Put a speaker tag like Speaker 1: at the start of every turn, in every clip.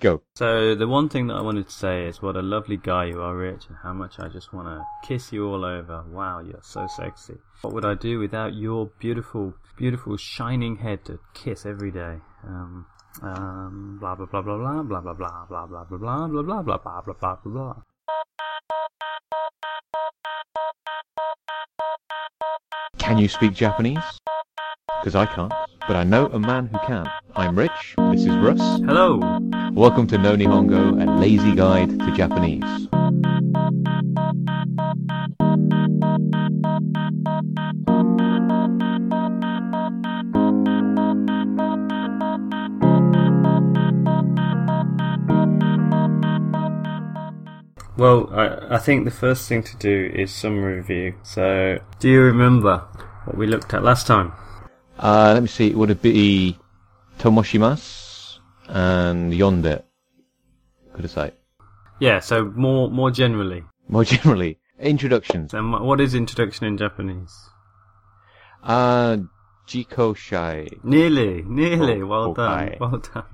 Speaker 1: Go.
Speaker 2: So the one thing that I wanted to say is what a lovely guy you are, Rich, and how much I just want to kiss you all over. Wow, you're so sexy. What would I do without your beautiful, beautiful shining head to kiss every day? Um, um, blah blah blah blah blah blah blah blah blah blah blah blah blah blah blah blah blah blah blah.
Speaker 1: Can you speak Japanese? Because I can't, but I know a man who can. I'm Rich. This is Russ.
Speaker 2: Hello.
Speaker 1: Welcome to No Nihongo, a lazy guide to Japanese.
Speaker 2: Well, I, I think the first thing to do is some review. So, do you remember what we looked at last time?
Speaker 1: Uh, let me see. It would it be Tomoshimas and Yonde? Could I say?
Speaker 2: Yeah. So more more generally,
Speaker 1: More generally, introductions.
Speaker 2: then wh- what is introduction in Japanese?
Speaker 1: Uh, Jiko Shai.
Speaker 2: Nearly, nearly.
Speaker 1: Oh,
Speaker 2: well done,
Speaker 1: okay.
Speaker 2: well done.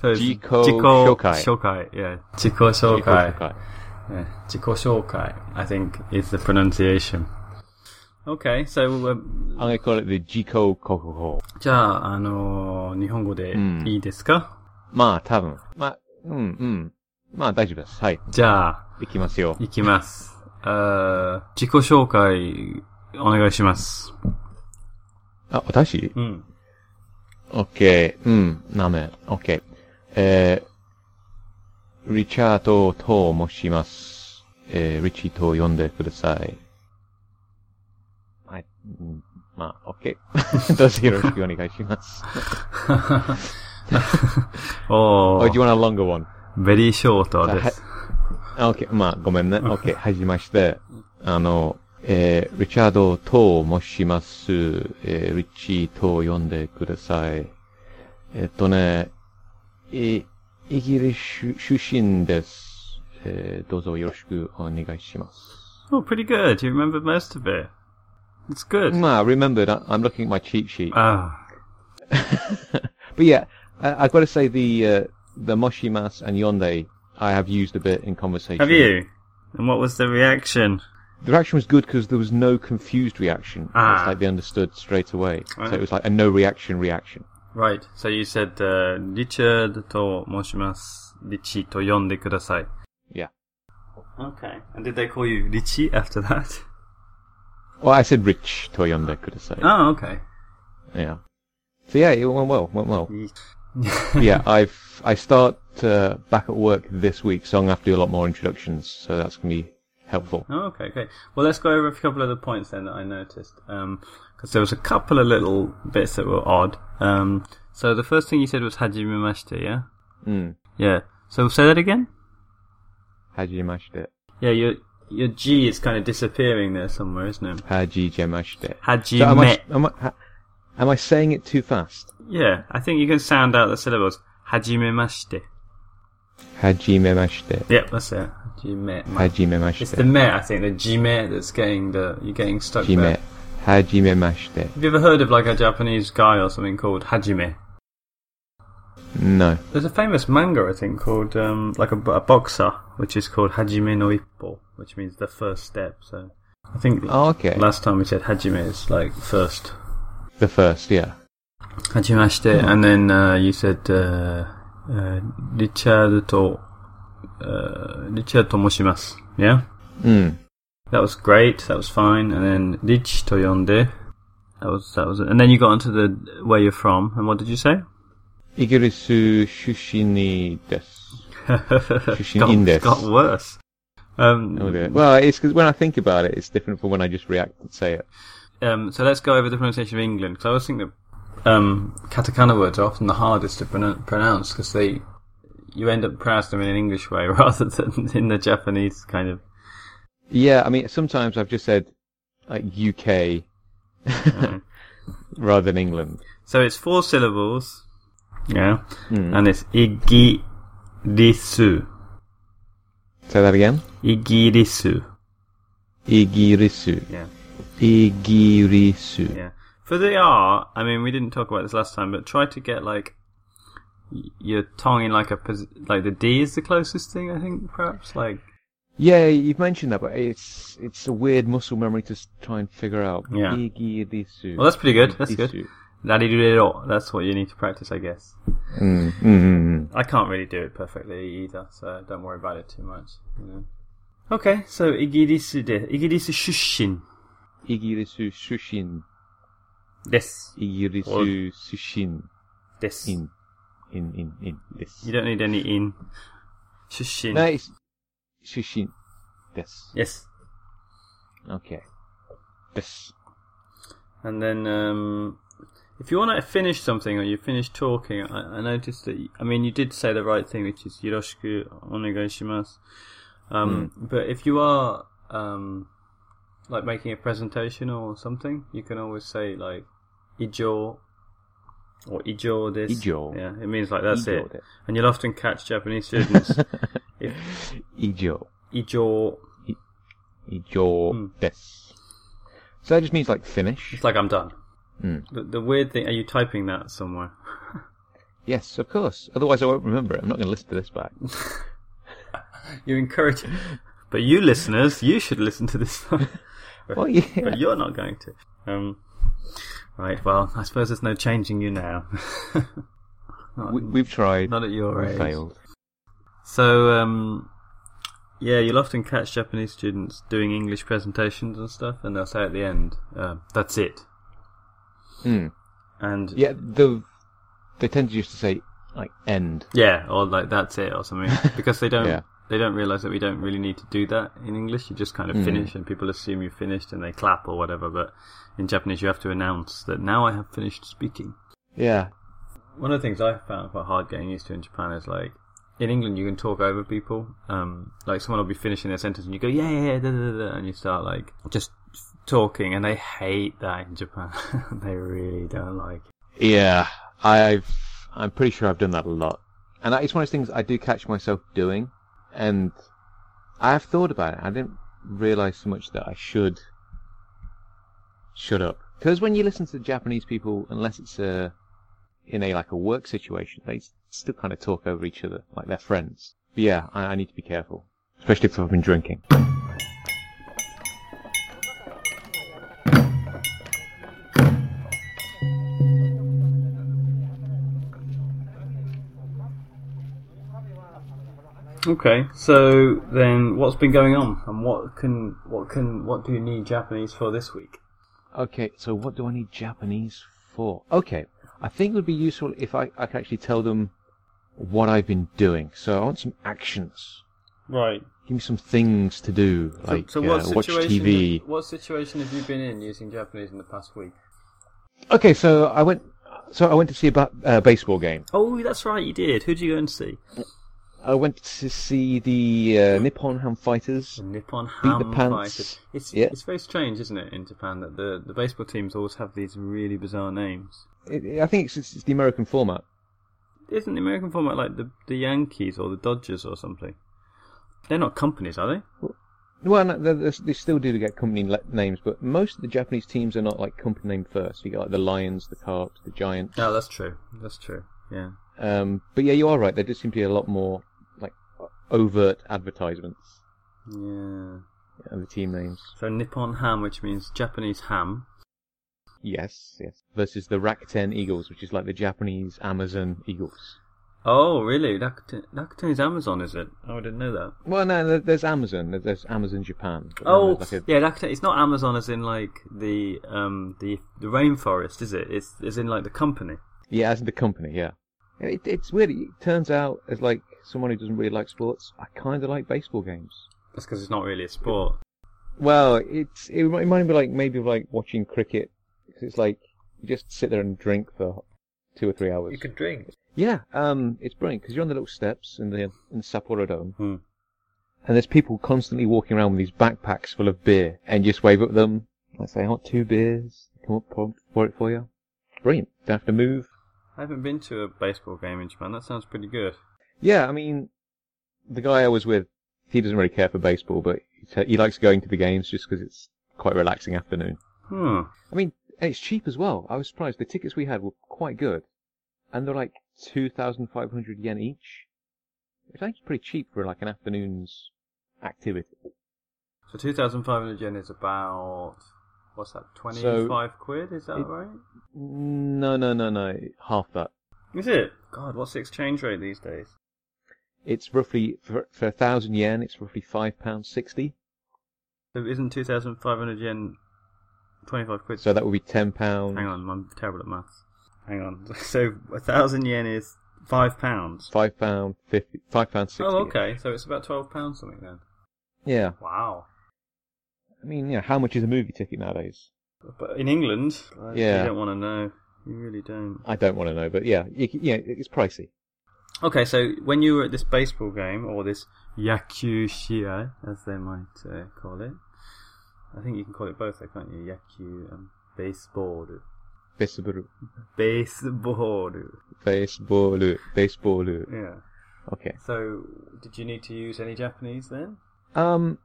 Speaker 2: So it's
Speaker 1: Jiko
Speaker 2: Jiko
Speaker 1: Shokai.
Speaker 2: Shokai, yeah. Jiko Shokai.
Speaker 1: Shokai.
Speaker 2: Yeah. Jiko Shokai, I think, is the pronunciation. Okay, so, um,
Speaker 1: I'm gonna call it the Jiko Kokuho.
Speaker 2: じゃあ、あのー日本語で
Speaker 1: うん
Speaker 2: いいですか、
Speaker 1: まあ、多分。まあ、うん、うん。まあ、大丈夫です。はい。
Speaker 2: じゃあ、
Speaker 1: いきますよ。
Speaker 2: いきます。あー自己紹介、お願いします。
Speaker 1: あ、私
Speaker 2: うん。
Speaker 1: ?OK。うん、なめ。OK。えー、リチャードと申します。えー、リチと呼んでください。はい。うんまあ、OK。どうぞよろしくお願いします。
Speaker 2: お
Speaker 1: Oh, do
Speaker 2: ー、
Speaker 1: you want a longer one?
Speaker 2: ベリーショートです。
Speaker 1: あ、OK。まあ、ごめんね。OK。はじめまして。あの、えー、リチャードと申します。えー、リッチーと呼んでください。えっとね、いイギリス出身です。えー、どうぞよろしくお願いします。
Speaker 2: Oh, pretty good. You remember most of it. It's good.
Speaker 1: まあ、remembered, I- I'm looking at my cheat sheet.
Speaker 2: Ah.
Speaker 1: But yeah, I, I've got to say the, uh, the Moshimas and Yonde, I have used a bit in conversation.
Speaker 2: Have you? And what was the reaction?
Speaker 1: The reaction was good because there was no confused reaction.
Speaker 2: Ah.
Speaker 1: It's like they understood straight away.
Speaker 2: Right.
Speaker 1: So it was like a no reaction reaction.
Speaker 2: Right, so you said, uh, Richard と申します。リッチと呼んでください。
Speaker 1: Yeah.
Speaker 2: Okay. And did they call you Richie after that?
Speaker 1: Well, I said rich Toyonde, could I say?
Speaker 2: Oh, okay.
Speaker 1: Yeah. So yeah, it went well, went well. yeah, I've I start uh, back at work this week, so I'm gonna have to do a lot more introductions. So that's gonna be helpful.
Speaker 2: Oh, okay, okay. Well, let's go over a couple of the points then that I noticed, because there was a couple of little bits that were odd. Um, so the first thing you said was hajimemashite, yeah,
Speaker 1: Mm.
Speaker 2: yeah. So say that again.
Speaker 1: Haji Mashite.
Speaker 2: Yeah, your your G is kind of disappearing there somewhere, isn't it?
Speaker 1: Haji Jemashite.
Speaker 2: Hajime.
Speaker 1: So am I, am I ha- am I saying it too fast?
Speaker 2: yeah, I think you can sound out the syllables. Hajimemashite.
Speaker 1: Haji Memashite.
Speaker 2: Yep, that's it. Hajime.
Speaker 1: Haji
Speaker 2: It's the
Speaker 1: Memashite.
Speaker 2: me, I think, the jime that's getting the you're getting stuck there.
Speaker 1: Jime. Haji Memashite.
Speaker 2: Have you ever heard of like a Japanese guy or something called Hajime?
Speaker 1: No.
Speaker 2: There's a famous manga, I think, called um, like a, a boxer, which is called Hajime no Ippo, which means the first step. So I think
Speaker 1: Oh, okay.
Speaker 2: last time we said Hajime is like first
Speaker 1: The first, yeah.
Speaker 2: Hajimashite,
Speaker 1: Hmm.
Speaker 2: and then uh, you said uh, uh, Richard to uh, Richard Tomoshimas. Yeah,
Speaker 1: Mm.
Speaker 2: that was great. That was fine. And then Rich Toyonde. That was that was it. And then you got onto the where you're from. And what did you say?
Speaker 1: イギリス出身です。
Speaker 2: got,
Speaker 1: in this.
Speaker 2: got worse. Um,
Speaker 1: Oh dear. Well, it's because when I think about it, it's different from when I just react and say it.
Speaker 2: Um, so let's go over the pronunciation of England because I always think that um, katakana words are often the hardest to pronou- pronounce because they you end up pronouncing them in an English way rather than in the Japanese kind of.
Speaker 1: Yeah, I mean, sometimes I've just said like UK
Speaker 2: Mm-hmm.
Speaker 1: rather than England.
Speaker 2: So it's four syllables, yeah,
Speaker 1: Mm.
Speaker 2: and it's igirisu,
Speaker 1: Say that again.
Speaker 2: igirisu,
Speaker 1: イギリス。
Speaker 2: yeah,
Speaker 1: イギリス。
Speaker 2: yeah. For the R, I mean, we didn't talk about this last time, but try to get like y- your tongue in like a pos- like the D is the closest thing I think perhaps like
Speaker 1: Yeah, you've mentioned that, but it's it's a weird muscle memory to s- try and figure out.
Speaker 2: Yeah.
Speaker 1: Igi disu.
Speaker 2: well that's pretty good that's good
Speaker 1: Disu.
Speaker 2: Daddy-do-do-do. that's what you need to practice I guess
Speaker 1: Mm, mm, mm, mm.
Speaker 2: I can't really do it perfectly either so don't worry about it too much you know okay so igirisu de igirisu shushin
Speaker 1: Igi disu hmm. shushin.
Speaker 2: This.
Speaker 1: Igi disu sushin.
Speaker 2: This.
Speaker 1: In. In, in, in. This.
Speaker 2: You don't need any in. Shushin.
Speaker 1: No, it's shushin. This.
Speaker 2: Yes.
Speaker 1: Okay. This.
Speaker 2: And then, um, if you want to finish something or you finish talking, I, I noticed that, you, I mean, you did say the right thing, which is Yoroshiku onegaishimasu. Um,
Speaker 1: Hmm.
Speaker 2: but if you are, um, like making a presentation or something, you can always say, like, ijo or ijo this.
Speaker 1: Ijo.
Speaker 2: Yeah, it means like that's
Speaker 1: Ijo
Speaker 2: it.
Speaker 1: this.
Speaker 2: And you'll often catch Japanese students,
Speaker 1: Ijo.
Speaker 2: ijo,
Speaker 1: Ijo
Speaker 2: Hmm.
Speaker 1: this. So that just means like finish.
Speaker 2: it's like I'm done.
Speaker 1: Hmm.
Speaker 2: The, the weird thing, are you typing that somewhere?
Speaker 1: Yes, of course. Otherwise, I won't remember it. I'm not going to listen to this back.
Speaker 2: You encourage But you listeners, you should listen to this song.
Speaker 1: Well, yeah.
Speaker 2: But you're not going to. Um, right, well, I suppose there's no changing you now. not,
Speaker 1: We, we've tried.
Speaker 2: not at your
Speaker 1: we
Speaker 2: age.
Speaker 1: failed.
Speaker 2: So, um, yeah, you'll often catch Japanese students doing English presentations and stuff, and they'll say at the end, um, that's it.
Speaker 1: Hmm.
Speaker 2: And
Speaker 1: Yeah, the they tend to just to say like end.
Speaker 2: Yeah, or like that's it or something. Because they don't
Speaker 1: Yeah.
Speaker 2: they don't realise that we don't really need to do that in English. You just kind of finish and people assume you've finished and they clap or whatever, but in Japanese you have to announce that now I have finished speaking.
Speaker 1: Yeah.
Speaker 2: One of the things I found quite hard getting used to in Japan is like in England you can talk over people. Um like someone will be finishing their sentence and you go, Yeah, yeah, yeah, da, da, da, da," and you start like just talking and they hate that in Japan. they really don't like it.
Speaker 1: Yeah. I've I'm pretty sure I've done that a lot, and that is one of those things I do catch myself doing, and I have thought about it. I didn't realize so much that I should shut up because when you listen to Japanese people, unless it's a in a like a work situation, they s- still kind of talk over each other like they're friends. But yeah, I, I need to be careful, especially if I've been drinking.
Speaker 2: Okay, so then what's been going on, and what can what can what do you need Japanese for this week?
Speaker 1: Okay, so what do I need Japanese for? Okay, I think it would be useful if I, I could actually tell them what I've been doing. So I want some actions.
Speaker 2: Right.
Speaker 1: Give me some things to do,
Speaker 2: So,
Speaker 1: like
Speaker 2: so what
Speaker 1: uh, watch
Speaker 2: situation?
Speaker 1: TV.
Speaker 2: What situation have you been in using Japanese in the past week?
Speaker 1: Okay, so I went. So I went to see a ba- uh, baseball game.
Speaker 2: Oh, that's right, you did. Who did you go and see?
Speaker 1: I went to see the uh, Nippon Ham Fighters.
Speaker 2: The Nippon
Speaker 1: Beat the
Speaker 2: Ham
Speaker 1: pants.
Speaker 2: Fighters. It's
Speaker 1: Yeah.
Speaker 2: it's very strange, isn't it, in Japan that the the baseball teams always have these really bizarre names.
Speaker 1: It, it- I think it's, it's the American format.
Speaker 2: Isn't the American format like the the Yankees or the Dodgers or something? They're not companies, are they?
Speaker 1: Well, no, they- they, they still do get company le- names, but most of the Japanese teams are not like company name first. You got like the Lions, the Carps, the Giants.
Speaker 2: No, that's true. That's true. Yeah.
Speaker 1: Um, but yeah, you are right. There does seem to be a lot more like overt advertisements
Speaker 2: Yeah.
Speaker 1: of the team names.
Speaker 2: So Nippon ham, which means Japanese ham.
Speaker 1: Yes, yes. Versus the Rakuten Eagles, which is like the Japanese Amazon Eagles.
Speaker 2: Oh, really? Rakuten, Rakuten is Amazon, is it? Oh, I didn't know that.
Speaker 1: Well, no, there- there's Amazon. There- There's Amazon Japan. But then
Speaker 2: Oh,
Speaker 1: there's like a-
Speaker 2: yeah, Rakuten. It's not Amazon, as in like the um the the rainforest, is it? It's as in like the company.
Speaker 1: yeah, as in the company, yeah. It, it's weird. It turns out, as like someone who doesn't really like sports, I kind of like baseball games.
Speaker 2: That's because it's not really a sport.
Speaker 1: Well, it's it remi- reminded me like maybe of like watching cricket. 'cause it's like you just sit there and drink for two or three hours.
Speaker 2: could drink.
Speaker 1: Yeah, um, it's brilliant because you're on the little steps in the in the Sapporo Dome,
Speaker 2: Hmm.
Speaker 1: and there's people constantly walking around with these backpacks full of beer, and you just wave at them. Like say, I want two beers. Come up pour, pour it for you. Brilliant. Don't have to move.
Speaker 2: I haven't been to a baseball game in Japan. That sounds pretty good.
Speaker 1: Yeah, I mean, the guy I was with, he doesn't really care for baseball, but he, ta- he likes going to the games just because it's quite a relaxing afternoon.
Speaker 2: Hmm.
Speaker 1: I mean, and it's cheap as well. I was surprised. The tickets we had were quite good, and they're like 2,500 yen each. It's actually pretty cheap for like an afternoon's activity.
Speaker 2: So 2,500 yen is about, what's that, 25 quid? Is that
Speaker 1: it-
Speaker 2: right?
Speaker 1: No, no, no, no, half that.
Speaker 2: Is it? God, what's the exchange rate these days?
Speaker 1: It's roughly, for, for a thousand yen, it's roughly five pounds sixty.
Speaker 2: So isn't 2,500 yen 25 quid?
Speaker 1: So that would be ten pounds,
Speaker 2: Hang on, I'm terrible at maths. Hang on. So a thousand yen is five pounds.
Speaker 1: five pound fifty, five pound sixty.
Speaker 2: Oh, okay. So it's about twelve pounds something then.
Speaker 1: Yeah,
Speaker 2: Wow.
Speaker 1: I mean, you know, how much is a movie ticket nowadays?
Speaker 2: But in England,
Speaker 1: Yeah.
Speaker 2: you don't want to know. You really don't.
Speaker 1: I don't want to know, but yeah, you, c- yeah, it's pricey.
Speaker 2: Okay, so when you were at this baseball game or this yakushia, as they might uh, call it, I think you can call it both, though, can't you? Yaku and baseball.
Speaker 1: Baseball,
Speaker 2: Baseball.
Speaker 1: baseball, baseball.
Speaker 2: Yeah.
Speaker 1: Okay.
Speaker 2: So, did you need to use any Japanese then?
Speaker 1: Um,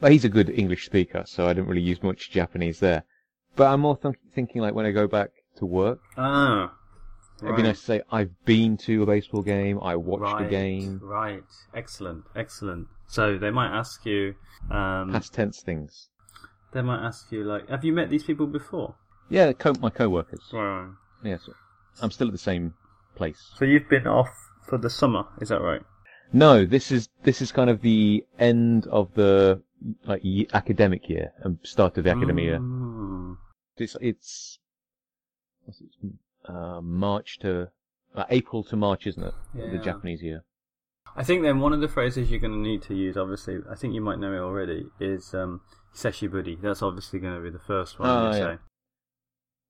Speaker 1: but he's a good English speaker, so I didn't really use much Japanese there. But I'm more th- thinking like when I go back to work,
Speaker 2: Ah.
Speaker 1: it'd be nice to say I've been to a baseball game, I watched
Speaker 2: right,
Speaker 1: a game,
Speaker 2: Right. Excellent. Excellent. So they might ask you. Um,
Speaker 1: past tense things.
Speaker 2: they might ask you like, "Have you met these people before?"
Speaker 1: Yeah, the co- my co-workers.
Speaker 2: Right.
Speaker 1: Yes, I'm still at the same place.
Speaker 2: So you've been off for the summer, is that right?
Speaker 1: No, this is this is kind of the end of the like ye- academic year and start of the academic year.
Speaker 2: Mm.
Speaker 1: It's it's what's it, uh, March to uh, April to March, isn't it? The
Speaker 2: Yeah.
Speaker 1: Japanese year.
Speaker 2: I think then one of the phrases you're going to need to use, obviously, I think you might know it already, is um, seshiburi. That's obviously going to be the first one
Speaker 1: Oh,
Speaker 2: they
Speaker 1: yeah.
Speaker 2: say.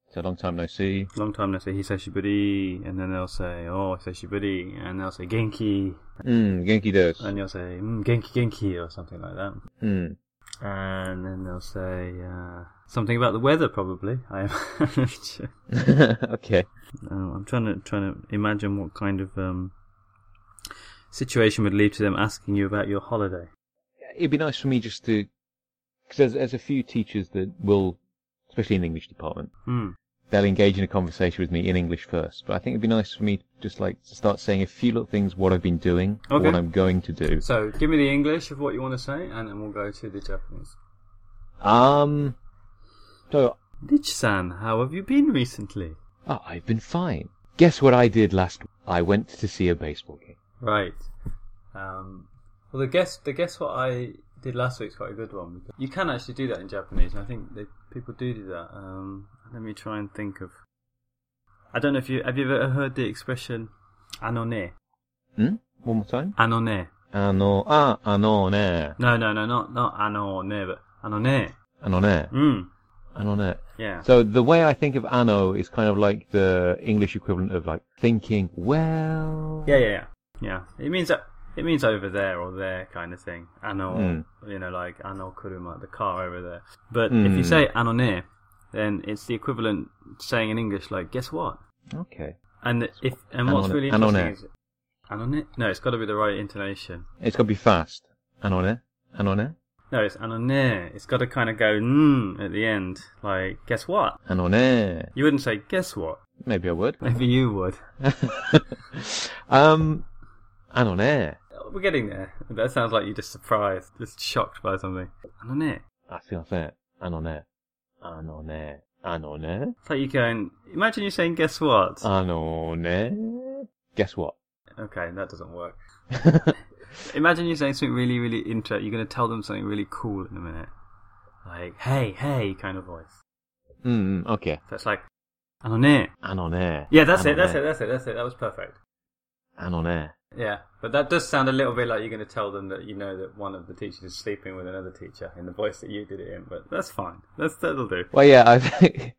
Speaker 1: It's a long time no see.
Speaker 2: Long time they say hisashiburi, and then they'll say oh hisashiburi, and they'll say genki,
Speaker 1: Mm, Genki does.
Speaker 2: and you'll say mm, genki genki or something like that.
Speaker 1: Mm.
Speaker 2: And then they'll say uh, something about the weather, probably. I am.
Speaker 1: okay.
Speaker 2: Uh, I'm trying to trying to imagine what kind of um, situation would lead to them asking you about your holiday.
Speaker 1: It'd be nice for me just to, because there's, there's a few teachers that will, especially in the English department,
Speaker 2: Hmm.
Speaker 1: they'll engage in a conversation with me in English first. But I think it'd be nice for me to just like to start saying a few little things, what I've been doing, or
Speaker 2: Okay.
Speaker 1: what I'm going to do.
Speaker 2: So give me the English of what you want to say, and then we'll go to the Japanese.
Speaker 1: Um, so
Speaker 2: Lich-san, how have you been recently?
Speaker 1: oh, I've been fine. Guess what I did last? I went to see a baseball game.
Speaker 2: Right. Um, well, the guess the guess what I did last week's quite a good one. Because you can actually do that in Japanese. and I think they, people do do that. Um, let me try and think of. I don't know if you have you ever heard the expression "anone"
Speaker 1: Hmm? One more time.
Speaker 2: anone.
Speaker 1: Ano ah anon air
Speaker 2: No, no, no, not not anone, but anone.
Speaker 1: anon air
Speaker 2: Mm.
Speaker 1: anon air.
Speaker 2: Yeah.
Speaker 1: So the way I think of ano is kind of like the English equivalent of like thinking, well,
Speaker 2: yeah, yeah, yeah, yeah. It means that it means over there or there kind of thing. Ano, you know, like ano kuruma, the car over there. But if you
Speaker 1: Mm.
Speaker 2: say anone, then it's the equivalent saying in English like guess what?
Speaker 1: okay.
Speaker 2: And if and what's
Speaker 1: Anone,
Speaker 2: really interesting
Speaker 1: anone.
Speaker 2: is anone. No, it's got to be the right intonation.
Speaker 1: It's got to be fast. Anon air anon air
Speaker 2: No, it's anone. It's got to kind of go mm, at the end, like guess what?
Speaker 1: anon air.
Speaker 2: You wouldn't say guess what.
Speaker 1: Maybe I would.
Speaker 2: Maybe you would.
Speaker 1: um, anon air.
Speaker 2: We're getting there. That sounds like you're just surprised, just shocked by something. Anone.
Speaker 1: I feel that anon air anon air anon air
Speaker 2: It's like you going, imagine you saying, guess what?
Speaker 1: Uh. anon air. Guess what?
Speaker 2: okay, that doesn't work. Imagine you saying something really, really interesting. You're going to tell them something really cool in a minute. Like, hey, hey, kind of voice.
Speaker 1: mm, okay.
Speaker 2: So it's like, anone.
Speaker 1: Anon air.
Speaker 2: Yeah, that's it,
Speaker 1: Anon
Speaker 2: that's
Speaker 1: air.
Speaker 2: it, that's it, that's it. That was perfect.
Speaker 1: Anon air.
Speaker 2: Yeah, but that does sound a little bit like you're going to tell them that you know that one of the teachers is sleeping with another teacher in the voice that you did it in, but that's fine. That's, that'll do.
Speaker 1: Well, yeah. I think.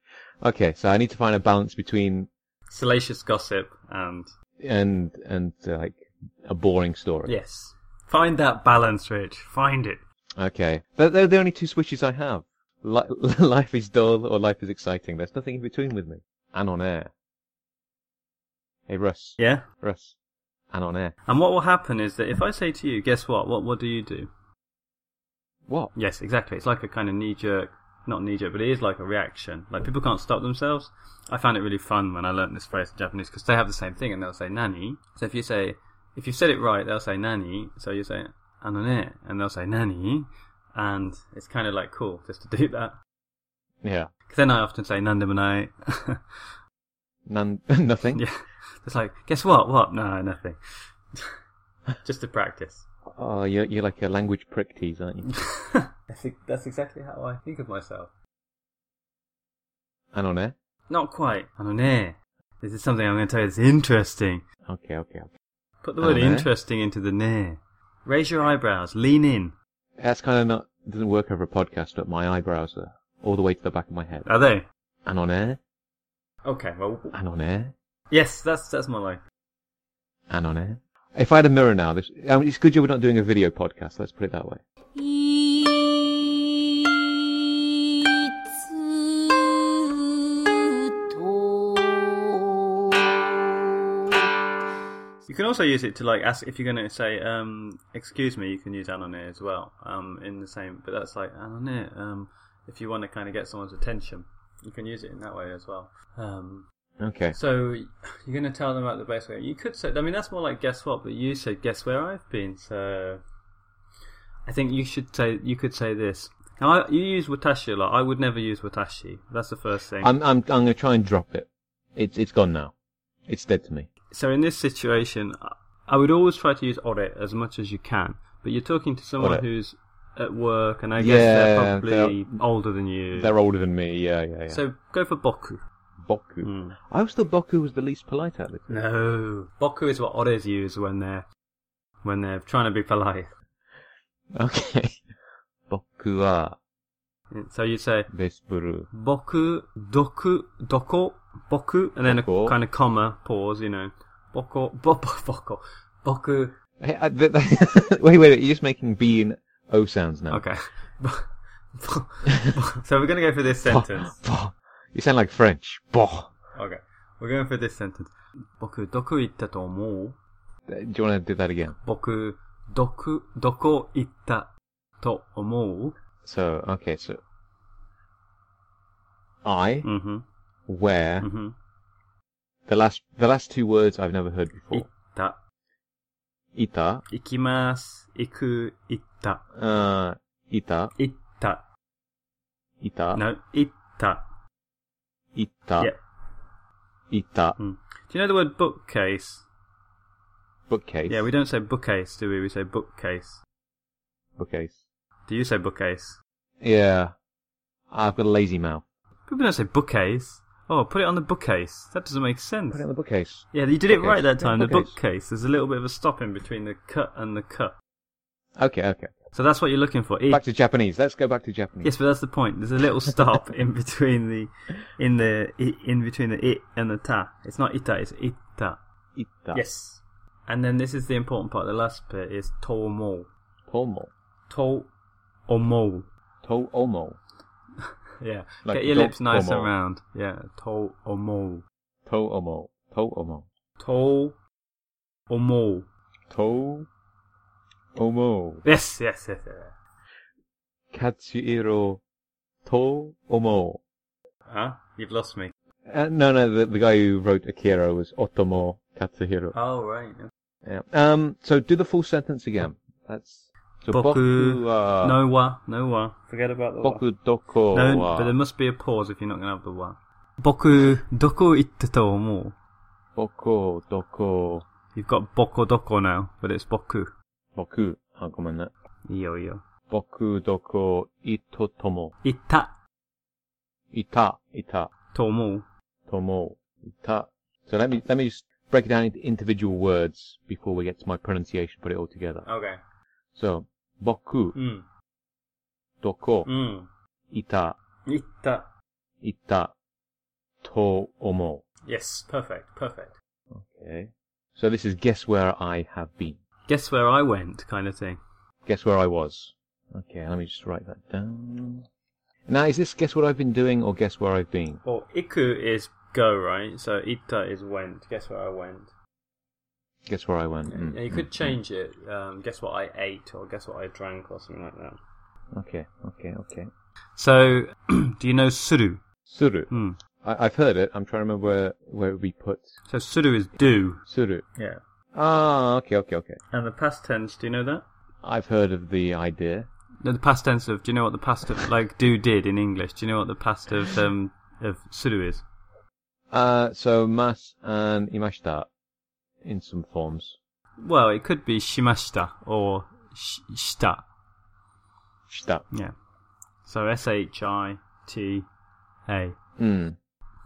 Speaker 1: okay, so I need to find a balance between
Speaker 2: Salacious gossip and
Speaker 1: and and uh, like a boring story.
Speaker 2: Yes. Find that balance, Rich. Find it.
Speaker 1: Okay, they're, they're the only two switches I have. Li- life is dull or life is exciting. There's nothing in between with me. And on air. Hey Russ,
Speaker 2: Yeah.
Speaker 1: Russ, and on air.
Speaker 2: And what will happen is that if I say to you, guess what? What what do you do?
Speaker 1: What?
Speaker 2: Yes, exactly. It's like a kind of knee jerk not knee jerk, but it is like a reaction. Like people can't stop themselves. I found it really fun when I learned this phrase in Japanese because they have the same thing and they'll say nani. So if you say, if you've said it right, they'll say nani. So you say anone and they'll say nani. And it's kind of like cool just to do that.
Speaker 1: Yeah.
Speaker 2: 'Cause then I often say nandemanai.
Speaker 1: None, nothing.
Speaker 2: yeah. It's like, guess what? What? No, nothing. just to practice.
Speaker 1: Oh, you're, you're like a language prick tease, aren't you?
Speaker 2: that's, e- that's exactly how I think of myself.
Speaker 1: I don't know.
Speaker 2: Not quite. Anone. This is something I'm going to tell you that's interesting.
Speaker 1: Okay, okay. okay.
Speaker 2: Put the word
Speaker 1: Hello.
Speaker 2: interesting into the near. Raise your eyebrows, lean in.
Speaker 1: That's kind of not, doesn't work over a podcast, but my eyebrows are all the way to the back of my head.
Speaker 2: Are they?
Speaker 1: And on air,
Speaker 2: Okay, well,
Speaker 1: and on air,
Speaker 2: yes, that's that's more like.
Speaker 1: and on air. If I had a mirror now, this, I mean, it's good you're not doing a video podcast, let's put it that way.
Speaker 3: いつと
Speaker 2: You can also use it to like ask if you're going to say, um, "Excuse me," you can use anone as well. Um, in the same, but that's like anone. Um, if you want to kind of get someone's attention, you can use it in that way as well. Um,
Speaker 1: Okay.
Speaker 2: so you're going to tell them about the best way. You could say, I mean, that's more like guess what, but you said guess where I've been. So I think you should say you could say this. Now I, you use watashi a lot. I would never use watashi. That's the first thing.
Speaker 1: I'm, I'm, I'm gonna try and drop it. It's, it's gone now. It's dead to me.
Speaker 2: so in this situation, I- I would always try to use ore as much as you can. But you're talking to someone
Speaker 1: Ore.
Speaker 2: who's at work, and I guess they're
Speaker 1: Yeah,
Speaker 2: probably older than you.
Speaker 1: They're older than me, yeah, yeah, Hmm. yeah.
Speaker 2: So go for boku.
Speaker 1: Boku.
Speaker 2: Mm.
Speaker 1: I always thought Boku was the least polite out of the two.
Speaker 2: No, boku is what ores use when they're when they're trying to be polite.
Speaker 1: Okay. Boku wa
Speaker 2: So you say.
Speaker 1: です。ブルー。
Speaker 2: Boku, doku, doko, boku, and then
Speaker 1: Doko.
Speaker 2: a kind of comma, pause, you know. Boko, bo, bo, boko, boku,
Speaker 1: Hey, I, th- th- wait, wait, wait, you're just making B and O sounds now.
Speaker 2: okay. Bo- bo- bo- so we're going to go for this
Speaker 1: Bo-
Speaker 2: sentence.
Speaker 1: bo. You sound like French. Uh, Bo.
Speaker 2: Okay. We're going for this sentence. Boku, doku itta to omou?
Speaker 1: Do you want to do that again?
Speaker 2: Boku, doku, doko itta to omou?
Speaker 1: So, okay, so. I,
Speaker 2: Mm-hmm.
Speaker 1: where,
Speaker 2: Mm-hmm.
Speaker 1: the last, the last two words I've never heard before.
Speaker 2: Itta.
Speaker 1: Ita,
Speaker 2: Ikimasu, iku, itta.
Speaker 1: uh, ita,
Speaker 2: Itta.
Speaker 1: ita,
Speaker 2: No, itta.
Speaker 1: ita,
Speaker 2: Yeah.
Speaker 1: ita,
Speaker 2: Do you know the word bookcase?
Speaker 1: bookcase,
Speaker 2: Yeah, we don't say bookcase, do we? We say bookcase.
Speaker 1: bookcase.
Speaker 2: Do you say bookcase?
Speaker 1: Yeah. I've got a lazy mouth.
Speaker 2: People don't say bookcase. Oh, put it on the bookcase. That doesn't make sense.
Speaker 1: Put it on the bookcase.
Speaker 2: Yeah, you did it
Speaker 1: bookcase.
Speaker 2: right that
Speaker 1: Yeah,
Speaker 2: time. the
Speaker 1: bookcase.
Speaker 2: bookcase. There's a little bit of a stop in between the cut and the cut.
Speaker 1: Okay, okay.
Speaker 2: So that's what you're looking for.
Speaker 1: Back to Japanese. Let's go back to Japanese.
Speaker 2: yes, but that's the point. There's a little stop in between the in the i- in between the it and the ta. It's not ita. It's ita.
Speaker 1: Ita.
Speaker 2: Yes. And then this is the important part. The last bit is tomo.
Speaker 1: Tomo.
Speaker 2: To omo.
Speaker 1: To omo.
Speaker 2: Yeah.
Speaker 1: Like
Speaker 2: Get your lips nice
Speaker 1: tomo.
Speaker 2: and round. Yeah. To omo.
Speaker 1: To omo. To omo.
Speaker 2: To omo.
Speaker 1: To omo.
Speaker 2: Yes, yes, yes, yes.
Speaker 1: Katsuhiro to omo.
Speaker 2: Huh? You've lost me.
Speaker 1: Uh, no, no, the, the guy who wrote Akira was Otomo Katsuhiro.
Speaker 2: Oh, right.
Speaker 1: Yeah. Um, so do the full sentence again. That's so
Speaker 2: Boku-
Speaker 1: wa,
Speaker 2: no wa, no wa. Forget about the
Speaker 1: Uh, boku doko uh,
Speaker 2: No,
Speaker 1: wa,
Speaker 2: but there must be a pause if you're not going to have the wa. Boku doko itta to omo.
Speaker 1: boko doko
Speaker 2: You've got boko doko now, but it's boku.
Speaker 1: boku. あ、ごめんね。
Speaker 2: Yo yo.
Speaker 1: 僕どこ、いととも、
Speaker 2: Itta
Speaker 1: いた、いた、
Speaker 2: to omo.
Speaker 1: とも、いた。So let me, let me just break it down into individual words before we get to my pronunciation, put it all together.
Speaker 2: Okay.
Speaker 1: So, 僕、
Speaker 2: Mm.
Speaker 1: どこ、
Speaker 2: Mm.
Speaker 1: いた、
Speaker 2: Itta.
Speaker 1: いた、と思
Speaker 2: Yes, perfect, perfect.
Speaker 1: う。Okay. So this is guess where I have been.
Speaker 2: Guess where I went, kind of thing.
Speaker 1: Guess where I was. Okay, let me just write that down. Now, is this guess what I've been doing or guess where I've been?
Speaker 2: Well, iku is go, right? So itta is went. Guess where I went.
Speaker 1: Guess where I went. Mm,
Speaker 2: Yeah, you
Speaker 1: mm,
Speaker 2: could
Speaker 1: mm.
Speaker 2: change it. Um, guess what I ate, or guess what I drank, or something like that.
Speaker 1: Okay, okay, okay.
Speaker 2: So, do you know suru?
Speaker 1: Suru.
Speaker 2: Hmm.
Speaker 1: I, I've heard it. I'm trying to remember where, where we put
Speaker 2: So suru is do.
Speaker 1: suru.
Speaker 2: Yeah.
Speaker 1: Ah, okay, okay, okay.
Speaker 2: And the past tense, do you know that?
Speaker 1: I've heard of the idea.
Speaker 2: No, the past tense of do you know what the past of like do did in English? Do you know what the past of um of suru is?
Speaker 1: Uh, so mas and imashita in some forms.
Speaker 2: Well, it could be shimashita or sh- shita.
Speaker 1: Shita.
Speaker 2: Yeah. So S H I T A.
Speaker 1: Hmm.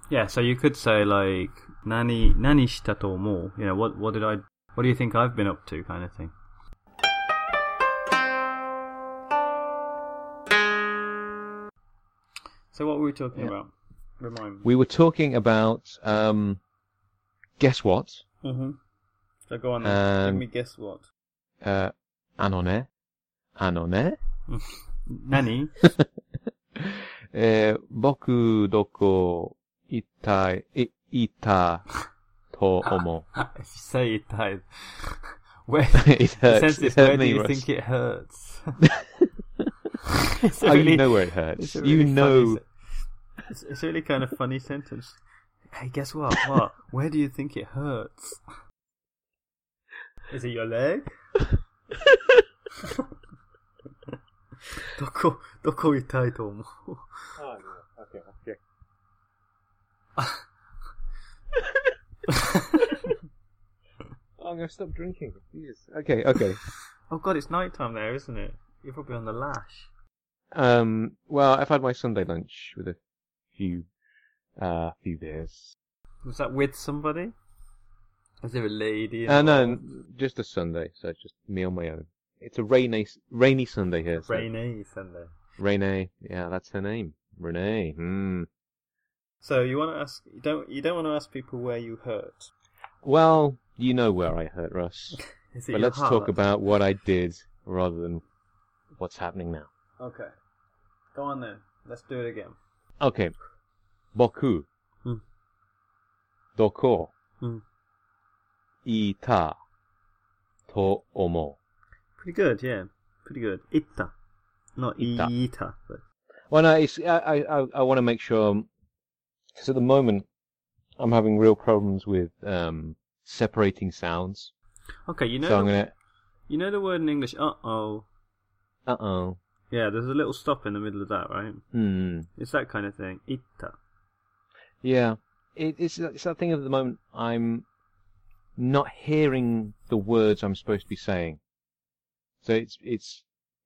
Speaker 2: Yeah, so you could say like nani nani shita to mo, you know, what what did I what do you think I've been up to kind of thing. So what were we talking about? Remind me.
Speaker 1: We were talking about, um, guess what?
Speaker 2: Mm-hmm. So go on
Speaker 1: then. Give Um, me
Speaker 2: guess what.
Speaker 1: Uh, anone. Anone.
Speaker 2: Nani?
Speaker 1: えー僕どこ行ったい、い、いたと思う。
Speaker 2: if you say it I where
Speaker 1: it
Speaker 2: the
Speaker 1: hurts.
Speaker 2: sense
Speaker 1: it
Speaker 2: is
Speaker 1: hurt
Speaker 2: where do
Speaker 1: me,
Speaker 2: you
Speaker 1: Russ.
Speaker 2: think it hurts? It's a
Speaker 1: Oh,
Speaker 2: really-
Speaker 1: you know where it
Speaker 2: It's
Speaker 1: hurts.
Speaker 2: a
Speaker 1: you
Speaker 2: really funny
Speaker 1: know.
Speaker 2: se- It's, it's a really kind of funny sentence. Hey, guess what? What? Where do you think it hurts? Is it your leg? Doko, doko itai tomo.
Speaker 1: Oh, I'm gonna stop drinking. Okay, okay.
Speaker 2: Oh god, it's night time there, isn't it? You're probably on the lash.
Speaker 1: Um, well, I've had my Sunday lunch with a few, uh, few beers.
Speaker 2: Was that with somebody? Is there a lady?
Speaker 1: Uh, no,
Speaker 2: involved?
Speaker 1: n- just a Sunday, so it's just me on my own. It's a rainy, s- rainy Sunday here. So.
Speaker 2: Rainy Sunday.
Speaker 1: Renee, yeah, that's her name. Renee. Hmm.
Speaker 2: So you want to ask? You don't. You don't want to ask people where you hurt.
Speaker 1: Well, you know where I hurt, Russ.
Speaker 2: Is it
Speaker 1: But
Speaker 2: your
Speaker 1: let's talk
Speaker 2: heart?
Speaker 1: about what I did rather than what's happening now.
Speaker 2: Okay. Go on then. Let's do it again.
Speaker 1: Okay. Boku.
Speaker 2: Hmm.
Speaker 1: Doko.
Speaker 2: Hmm.
Speaker 1: Ita. To omo.
Speaker 2: Pretty good, yeah. Pretty good. Itta. Not
Speaker 1: Itta.
Speaker 2: Iita. But...
Speaker 1: Well, no, it's, I, I, I, I want to make sure, because at the moment, I'm having real problems with um, separating sounds.
Speaker 2: Okay, you know
Speaker 1: so I'm
Speaker 2: the,
Speaker 1: going to,
Speaker 2: you know the word in English, uh oh.
Speaker 1: uh-oh.
Speaker 2: Yeah, there's a little stop in the middle of that, right?
Speaker 1: Hmm.
Speaker 2: It's that kind of thing. Itta.
Speaker 1: Yeah, it, it's it's that thing at the moment. I'm not hearing the words I'm supposed to be saying, so it's it's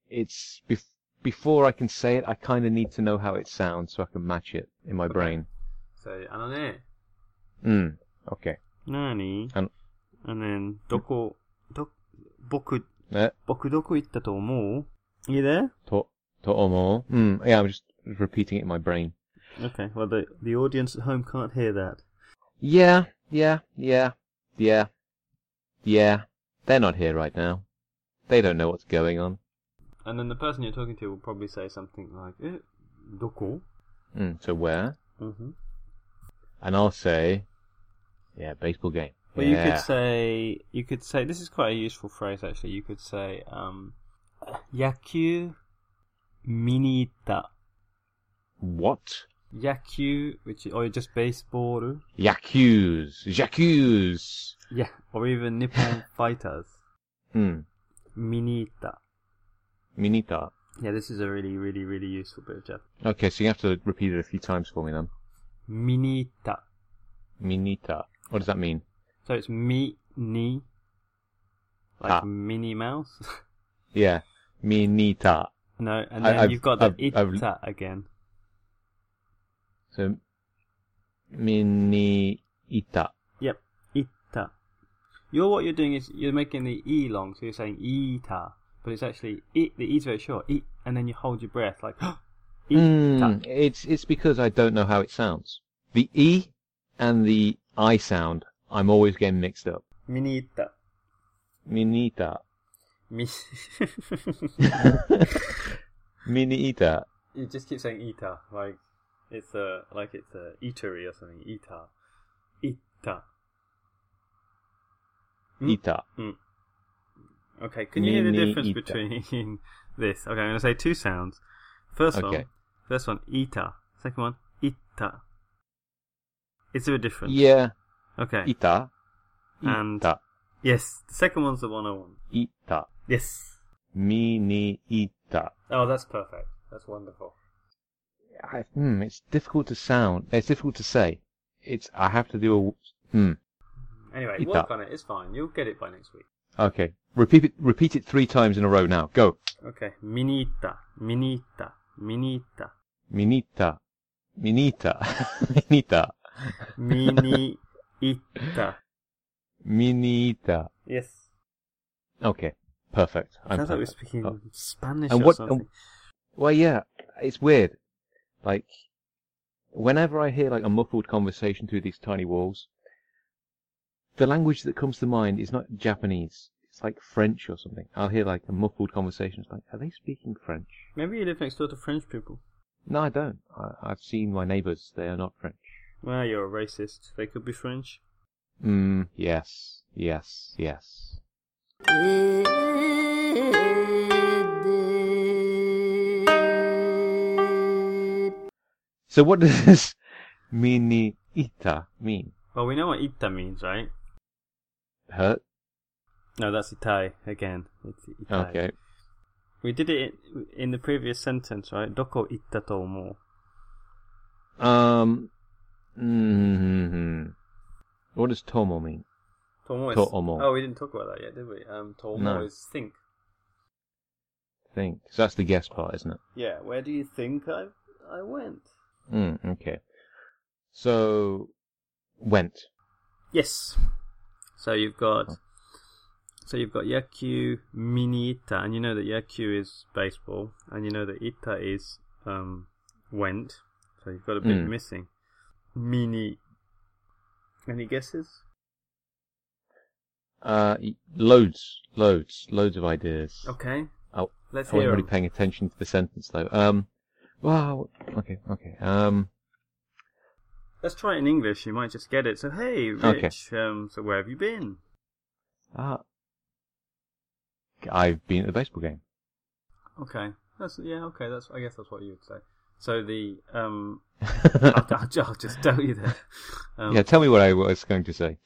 Speaker 1: it's bef- before I can say it, I kind of need to know how it sounds so I can match it in my
Speaker 2: Okay.
Speaker 1: brain.
Speaker 2: So, anane.
Speaker 1: Mm. Okay.
Speaker 2: Nani?
Speaker 1: An-
Speaker 2: and then, doko, do, boku,
Speaker 1: Uh,
Speaker 2: boku doko itta to omo? You there?
Speaker 1: to to omo. Mm. Yeah, I'm just repeating it in my brain.
Speaker 2: Okay, well, the, the audience at home can't hear that.
Speaker 1: Yeah, yeah, yeah, yeah, yeah. They're not here right now. They don't know what's going on.
Speaker 2: And then the person you're talking to will probably say something like, eh, doko?
Speaker 1: Mm. So where?
Speaker 2: Mm-hmm.
Speaker 1: and I'll say, yeah, baseball game.
Speaker 2: Well,
Speaker 1: yeah.
Speaker 2: you could say you could say this is quite a useful phrase actually. You could say um, "yakyu minita."
Speaker 1: what?
Speaker 2: Yakyu, which or just baseball,
Speaker 1: Yaku's, Yaku's.
Speaker 2: yeah, or even Nippon fighters
Speaker 1: Hmm.
Speaker 2: minita.
Speaker 1: Minita.
Speaker 2: Yeah, this is a really, really, really useful bit of Japanese.
Speaker 1: Okay, so you have to repeat it a few times for me then.
Speaker 2: Minita.
Speaker 1: Minita. What does that mean?
Speaker 2: So it's mi ni, like
Speaker 1: Ah.
Speaker 2: Minnie Mouse.
Speaker 1: Yeah, minita.
Speaker 2: no, and
Speaker 1: I-
Speaker 2: then
Speaker 1: I've-
Speaker 2: you've got the
Speaker 1: I've- I've-
Speaker 2: ita again.
Speaker 1: So minita.
Speaker 2: Yep, ita. You're what you're doing is you're making the e long, so you're saying ita, but it's actually it. The e's very short, e, and then you hold your breath like ita.
Speaker 1: Mm, it's it's because I don't know how it sounds. The e and the i sound. I'm always getting mixed up.
Speaker 2: Minita.
Speaker 1: Minita.
Speaker 2: Mi-
Speaker 1: Minita.
Speaker 2: you just keep saying ita, like it's a like it's a eatery or something. Ita, ita. Mm.
Speaker 1: Ita.
Speaker 2: Okay, can you hear the
Speaker 1: Mini
Speaker 2: difference
Speaker 1: ita.
Speaker 2: between this? Okay, I'm going to say two sounds. First
Speaker 1: Okay.
Speaker 2: one, First one, ita. Second one, itta. Is there a difference?
Speaker 1: Yeah.
Speaker 2: Okay.
Speaker 1: Ita.
Speaker 2: And-
Speaker 1: Ita.
Speaker 2: Yes. The second one's the one I want.
Speaker 1: Ita.
Speaker 2: Yes.
Speaker 1: Mi ni ita.
Speaker 2: Oh, that's perfect. That's wonderful.
Speaker 1: I, hmm, it's difficult to sound. It's difficult to say. It's. I have to do a. Hmm.
Speaker 2: Anyway,
Speaker 1: Ita.
Speaker 2: work on it. It's fine. You'll get it by next week.
Speaker 1: Okay. Repeat it. Repeat it three times in a row now. Go.
Speaker 2: Okay. Minita. Minita. Minita.
Speaker 1: Minita. Minita. Minita.
Speaker 2: Mini-ita.
Speaker 1: Minita.
Speaker 2: Yes.
Speaker 1: Okay. Perfect. I'm
Speaker 2: Sounds like we're
Speaker 1: perfect.
Speaker 2: speaking
Speaker 1: Oh.
Speaker 2: Spanish
Speaker 1: And
Speaker 2: or
Speaker 1: what-
Speaker 2: something.
Speaker 1: and- Well, yeah, it's weird. Like, whenever I hear like a muffled conversation through these tiny walls, the language that comes to mind is not Japanese. It's like French or something. I'll hear like a muffled conversation. It's like, are they speaking French?
Speaker 2: Maybe you live next door to French people.
Speaker 1: No, I don't. I, I've seen my neighbours. They are not French.
Speaker 2: Well, you're a racist. They could be French.
Speaker 1: Mm, yes, yes, yes. So what does this mini ita mean?
Speaker 2: Well, we know what ita means, right?
Speaker 1: Hurt?
Speaker 2: No, that's itai again. It's itai.
Speaker 1: Okay.
Speaker 2: We did it in the previous sentence, right? Doko itta to omo.
Speaker 1: Um. hmm What does tomo mean?
Speaker 2: Tomo is.
Speaker 1: To omo.
Speaker 2: Oh, we didn't talk about that yet, did we? Um, to omo
Speaker 1: No.
Speaker 2: is think.
Speaker 1: Think. So that's the guess part, isn't it?
Speaker 2: Yeah, where do you think I I went?
Speaker 1: Mm, okay. So went.
Speaker 2: Yes. So you've got. So you've got Yaku Mini Ita, and you know that Yaku is baseball, and you know that Ita is um, went. So you've got a bit
Speaker 1: Mm.
Speaker 2: missing. Mini. Any guesses?
Speaker 1: Uh, y- loads, loads, loads of ideas.
Speaker 2: Okay.
Speaker 1: Oh,
Speaker 2: Let's
Speaker 1: I wasn't
Speaker 2: hear
Speaker 1: really
Speaker 2: 'em.
Speaker 1: paying attention to the sentence though. Um. Wow. Okay. Okay. Um.
Speaker 2: Let's try it in English. You might just get it. So hey,
Speaker 1: Okay.
Speaker 2: Rich. Um, so where have you been?
Speaker 1: Ah. I've been at the baseball game.
Speaker 2: Okay. That's yeah. Okay. That's I guess that's what you would say. So the um, I'll,
Speaker 1: yeah.
Speaker 2: I'll, I'll just tell you that. Um,
Speaker 1: Tell me what I was going to say.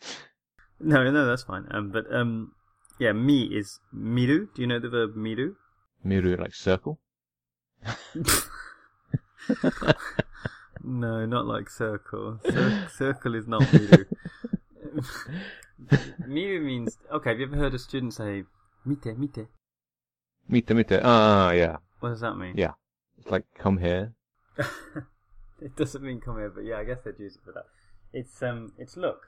Speaker 2: No, no, that's fine. Um, but um, yeah, mi is miru. Do you know the verb miru?
Speaker 1: Miru like circle.
Speaker 2: No, not like circle. Cir- circle is not miru. miru means okay. Have you ever heard a student say mite mite?
Speaker 1: Mita mita. Ah, yeah.
Speaker 2: What does that mean?
Speaker 1: Yeah. It's like come here.
Speaker 2: it doesn't mean come here, but yeah, I guess they'd use it for that. It's um, it's look,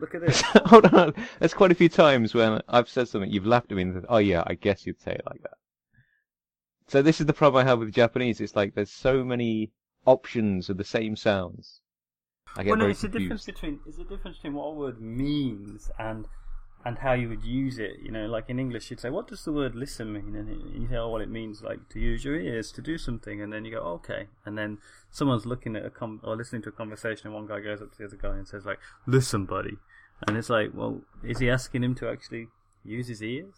Speaker 2: look at this.
Speaker 1: Hold on. There's quite a few times when I've said something, you've laughed at me and said, "Oh yeah, I guess you'd say it like that." So this is the problem I have with Japanese. It's like there's so many options of the same sounds. I get
Speaker 2: well, no,
Speaker 1: very
Speaker 2: it's the difference
Speaker 1: confused.
Speaker 2: between it's the difference between what a word means and and how you would use it. You know, like in English, you'd say, "What does the word listen mean?" And it- you say, "Oh, well, it means like to use your ears to do something." And then you go, "Oh, "Okay." And then someone's looking at a com- or listening to a conversation, and one guy goes up to the other guy and says, "Like, listen, buddy." And it's like, well, is he asking him to actually use his ears?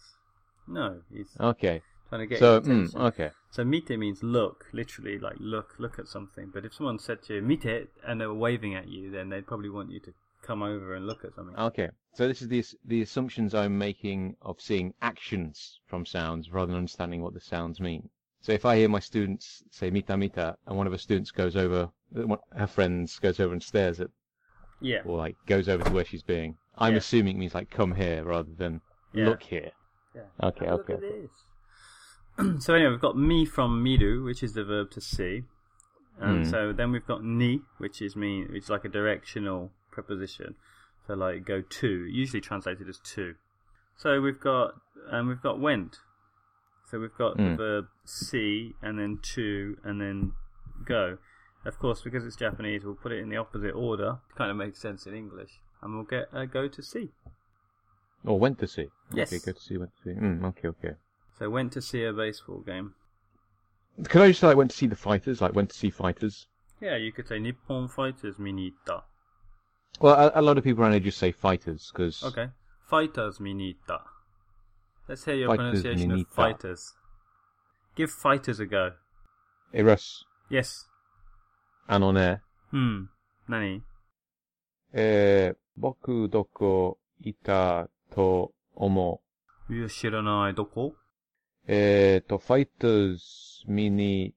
Speaker 2: No, he's
Speaker 1: Okay.
Speaker 2: trying to get
Speaker 1: Oh. So
Speaker 2: his attention.
Speaker 1: mm, okay.
Speaker 2: So mite means look, literally like look, look at something. But if someone said to you mite and they were waving at you, then they'd probably want you to come over and look at something.
Speaker 1: Okay. So this is the ass- the assumptions I'm making of seeing actions from sounds rather than understanding what the sounds mean. So if I hear my students say "mita mita" and one of her students goes over, one of her friends goes over and stares at,
Speaker 2: Yeah,
Speaker 1: or like goes over to where she's being, I'm
Speaker 2: Yeah.
Speaker 1: assuming it means like "come here" rather than
Speaker 2: yeah.
Speaker 1: "look here."
Speaker 2: Yeah.
Speaker 1: Okay,
Speaker 2: Have a look
Speaker 1: okay,
Speaker 2: at this. so anyway, we've got me from midu, which is the verb to see, and
Speaker 1: Hmm.
Speaker 2: so then we've got ni, which is mean, it's like a directional preposition. So like go to, usually translated as to. So we've got um, we've got went. So we've got the
Speaker 1: Hmm.
Speaker 2: verb see and then to and then go. Of course, because it's Japanese, we'll put it in the opposite order. Kind of makes sense in English, and we'll get uh, go to see.
Speaker 1: Or went to see.
Speaker 2: Yes.
Speaker 1: Okay, go to see. Went to see. Mm, okay, okay.
Speaker 2: So went to see a baseball game.
Speaker 1: Could I just say I went to see the fighters? Like went to see fighters.
Speaker 2: Yeah, you could say Nippon Fighters Minita.
Speaker 1: Well, a, a lot of people around here just say fighters because
Speaker 2: Okay. Fighters Minita. Let's hear your
Speaker 1: Fighters
Speaker 2: pronunciation
Speaker 1: Minita.
Speaker 2: of fighters. Give fighters a go. Yes.
Speaker 1: あのね、
Speaker 2: Hmm. Nani?
Speaker 1: えー僕どこいたと思う。
Speaker 2: Yoshiranai doko?
Speaker 1: えっ、と、ファイターズ見に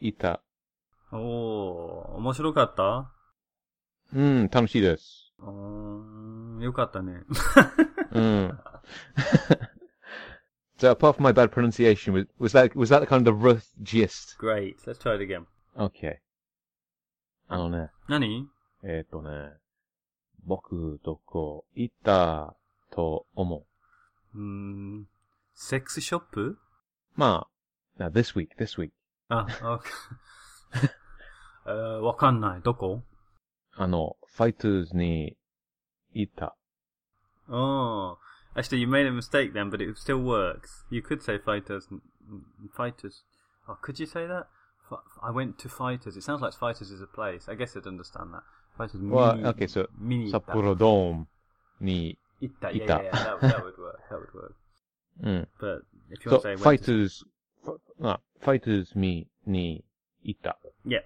Speaker 1: いた。
Speaker 2: Oh, 面白かった
Speaker 1: うん、楽しいです。
Speaker 2: うんよかったね。
Speaker 1: うん。so apart from my bad pronunciation, was, was that was that kind of the rough gist?
Speaker 2: Great. Let's try it again.
Speaker 1: Okay. あのね、
Speaker 2: 何
Speaker 1: えっ、とね、僕どこいたと思う。
Speaker 2: うんセックスショップ
Speaker 1: まあ、now this week, this week.
Speaker 2: あ、 あえーわかんない。どこ
Speaker 1: あの、ファイターズにいた。
Speaker 2: Oh, actually, you made a mistake then, but it still works. You could say fighters, fighters. Oh, could you say that? F- I went to fighters. It sounds like fighters is a place. I guess I'd understand that. Fighters.
Speaker 1: Well,
Speaker 2: mini,
Speaker 1: okay, so
Speaker 2: mini
Speaker 1: 札幌ドームに、Itta.
Speaker 2: Itta. Yeah, yeah, yeah, that, that would work. That would work.
Speaker 1: うん。
Speaker 2: But if you
Speaker 1: mm, So,
Speaker 2: want to say went to-
Speaker 1: fighters, f- あ、fighters に、に、いた。
Speaker 2: yeah.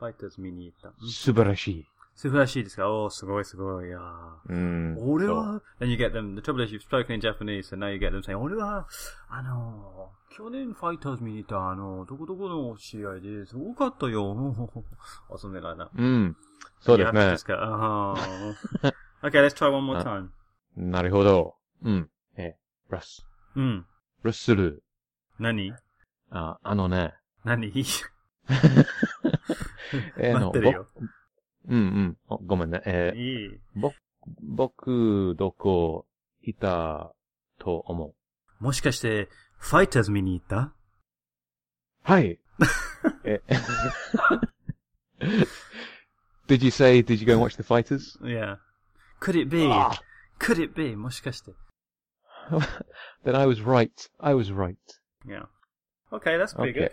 Speaker 2: Fighters mini itta.
Speaker 1: 素晴らしい。
Speaker 2: oh, 素晴らしいですかおー、すごいすごい。いやー。
Speaker 1: うん。
Speaker 2: 俺は Then you get them. The trouble is you've spoken in Japanese, so now you get them saying 俺はあの去年ファイターズ見に行ったあのどこどこの試合ですごかったよ。or something like that.
Speaker 1: うん。そうで
Speaker 2: You
Speaker 1: す
Speaker 2: have to
Speaker 1: ね
Speaker 2: just go, "Oh." okay, let's try one more
Speaker 1: あ
Speaker 2: time.
Speaker 1: なるほど。うん。え、ラス、
Speaker 2: うん。
Speaker 1: ラッスル。
Speaker 2: 何
Speaker 1: あ、あの ね。
Speaker 2: 何
Speaker 1: えー
Speaker 2: 待
Speaker 1: の
Speaker 2: ってるよ。
Speaker 1: うんうん。おごめんね。え
Speaker 2: い
Speaker 1: ー
Speaker 2: い。
Speaker 1: 僕、どこ、いた、と思う。
Speaker 2: もしかして、ファイターズ見に行った
Speaker 1: はい。 え Did you say, did you go and watch the fighters?
Speaker 2: Yeah. Could it be?
Speaker 1: Ah.
Speaker 2: Could it be? もしかして。
Speaker 1: Then I was right. I was right.
Speaker 2: Yeah. Okay, that's pretty
Speaker 1: Okay.
Speaker 2: good.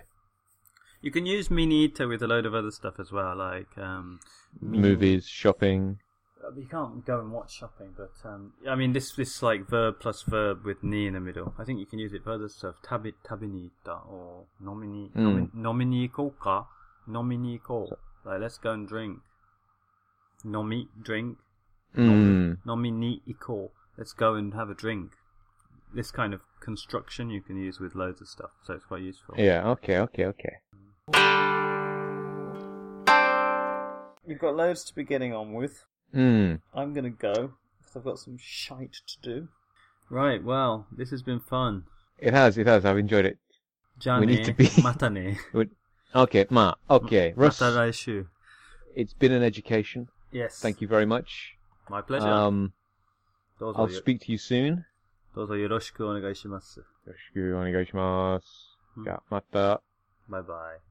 Speaker 2: You can use Minita with a load of other stuff as well, like um,
Speaker 1: Movies, shopping.
Speaker 2: uh, you can't go and watch shopping, but um, I mean this this like verb plus verb with ni in the middle. I think you can use it for other stuff. Tabi tabinita or nomini
Speaker 1: Mm.
Speaker 2: nomini koka nomini ko. Like let's go and drink. Nomi drink.
Speaker 1: Mm.
Speaker 2: Nomini iko. Let's go and have a drink. This kind of construction you can use with loads of stuff, so it's quite useful.
Speaker 1: Yeah, okay, okay, okay.
Speaker 2: You've got loads to be getting on with.
Speaker 1: Mm.
Speaker 2: I'm going to go because I've got some shite to do. Right, well, this has been fun.
Speaker 1: It has, it has. I've enjoyed it.
Speaker 2: Johnny,
Speaker 1: We need to be-
Speaker 2: mata ne.
Speaker 1: Good. Okay, Ma. Okay, Russ.
Speaker 2: Mata raishu.
Speaker 1: It's been an education.
Speaker 2: Yes.
Speaker 1: Thank you very much.
Speaker 2: My pleasure.
Speaker 1: Um,
Speaker 2: Dozo
Speaker 1: I'll
Speaker 2: yo-
Speaker 1: speak to you soon.
Speaker 2: dozo yoroshiku onegaishimasu.
Speaker 1: Yoroshiku onegaishimasu.
Speaker 2: Hmm.
Speaker 1: Yeah, mata.
Speaker 2: Bye bye.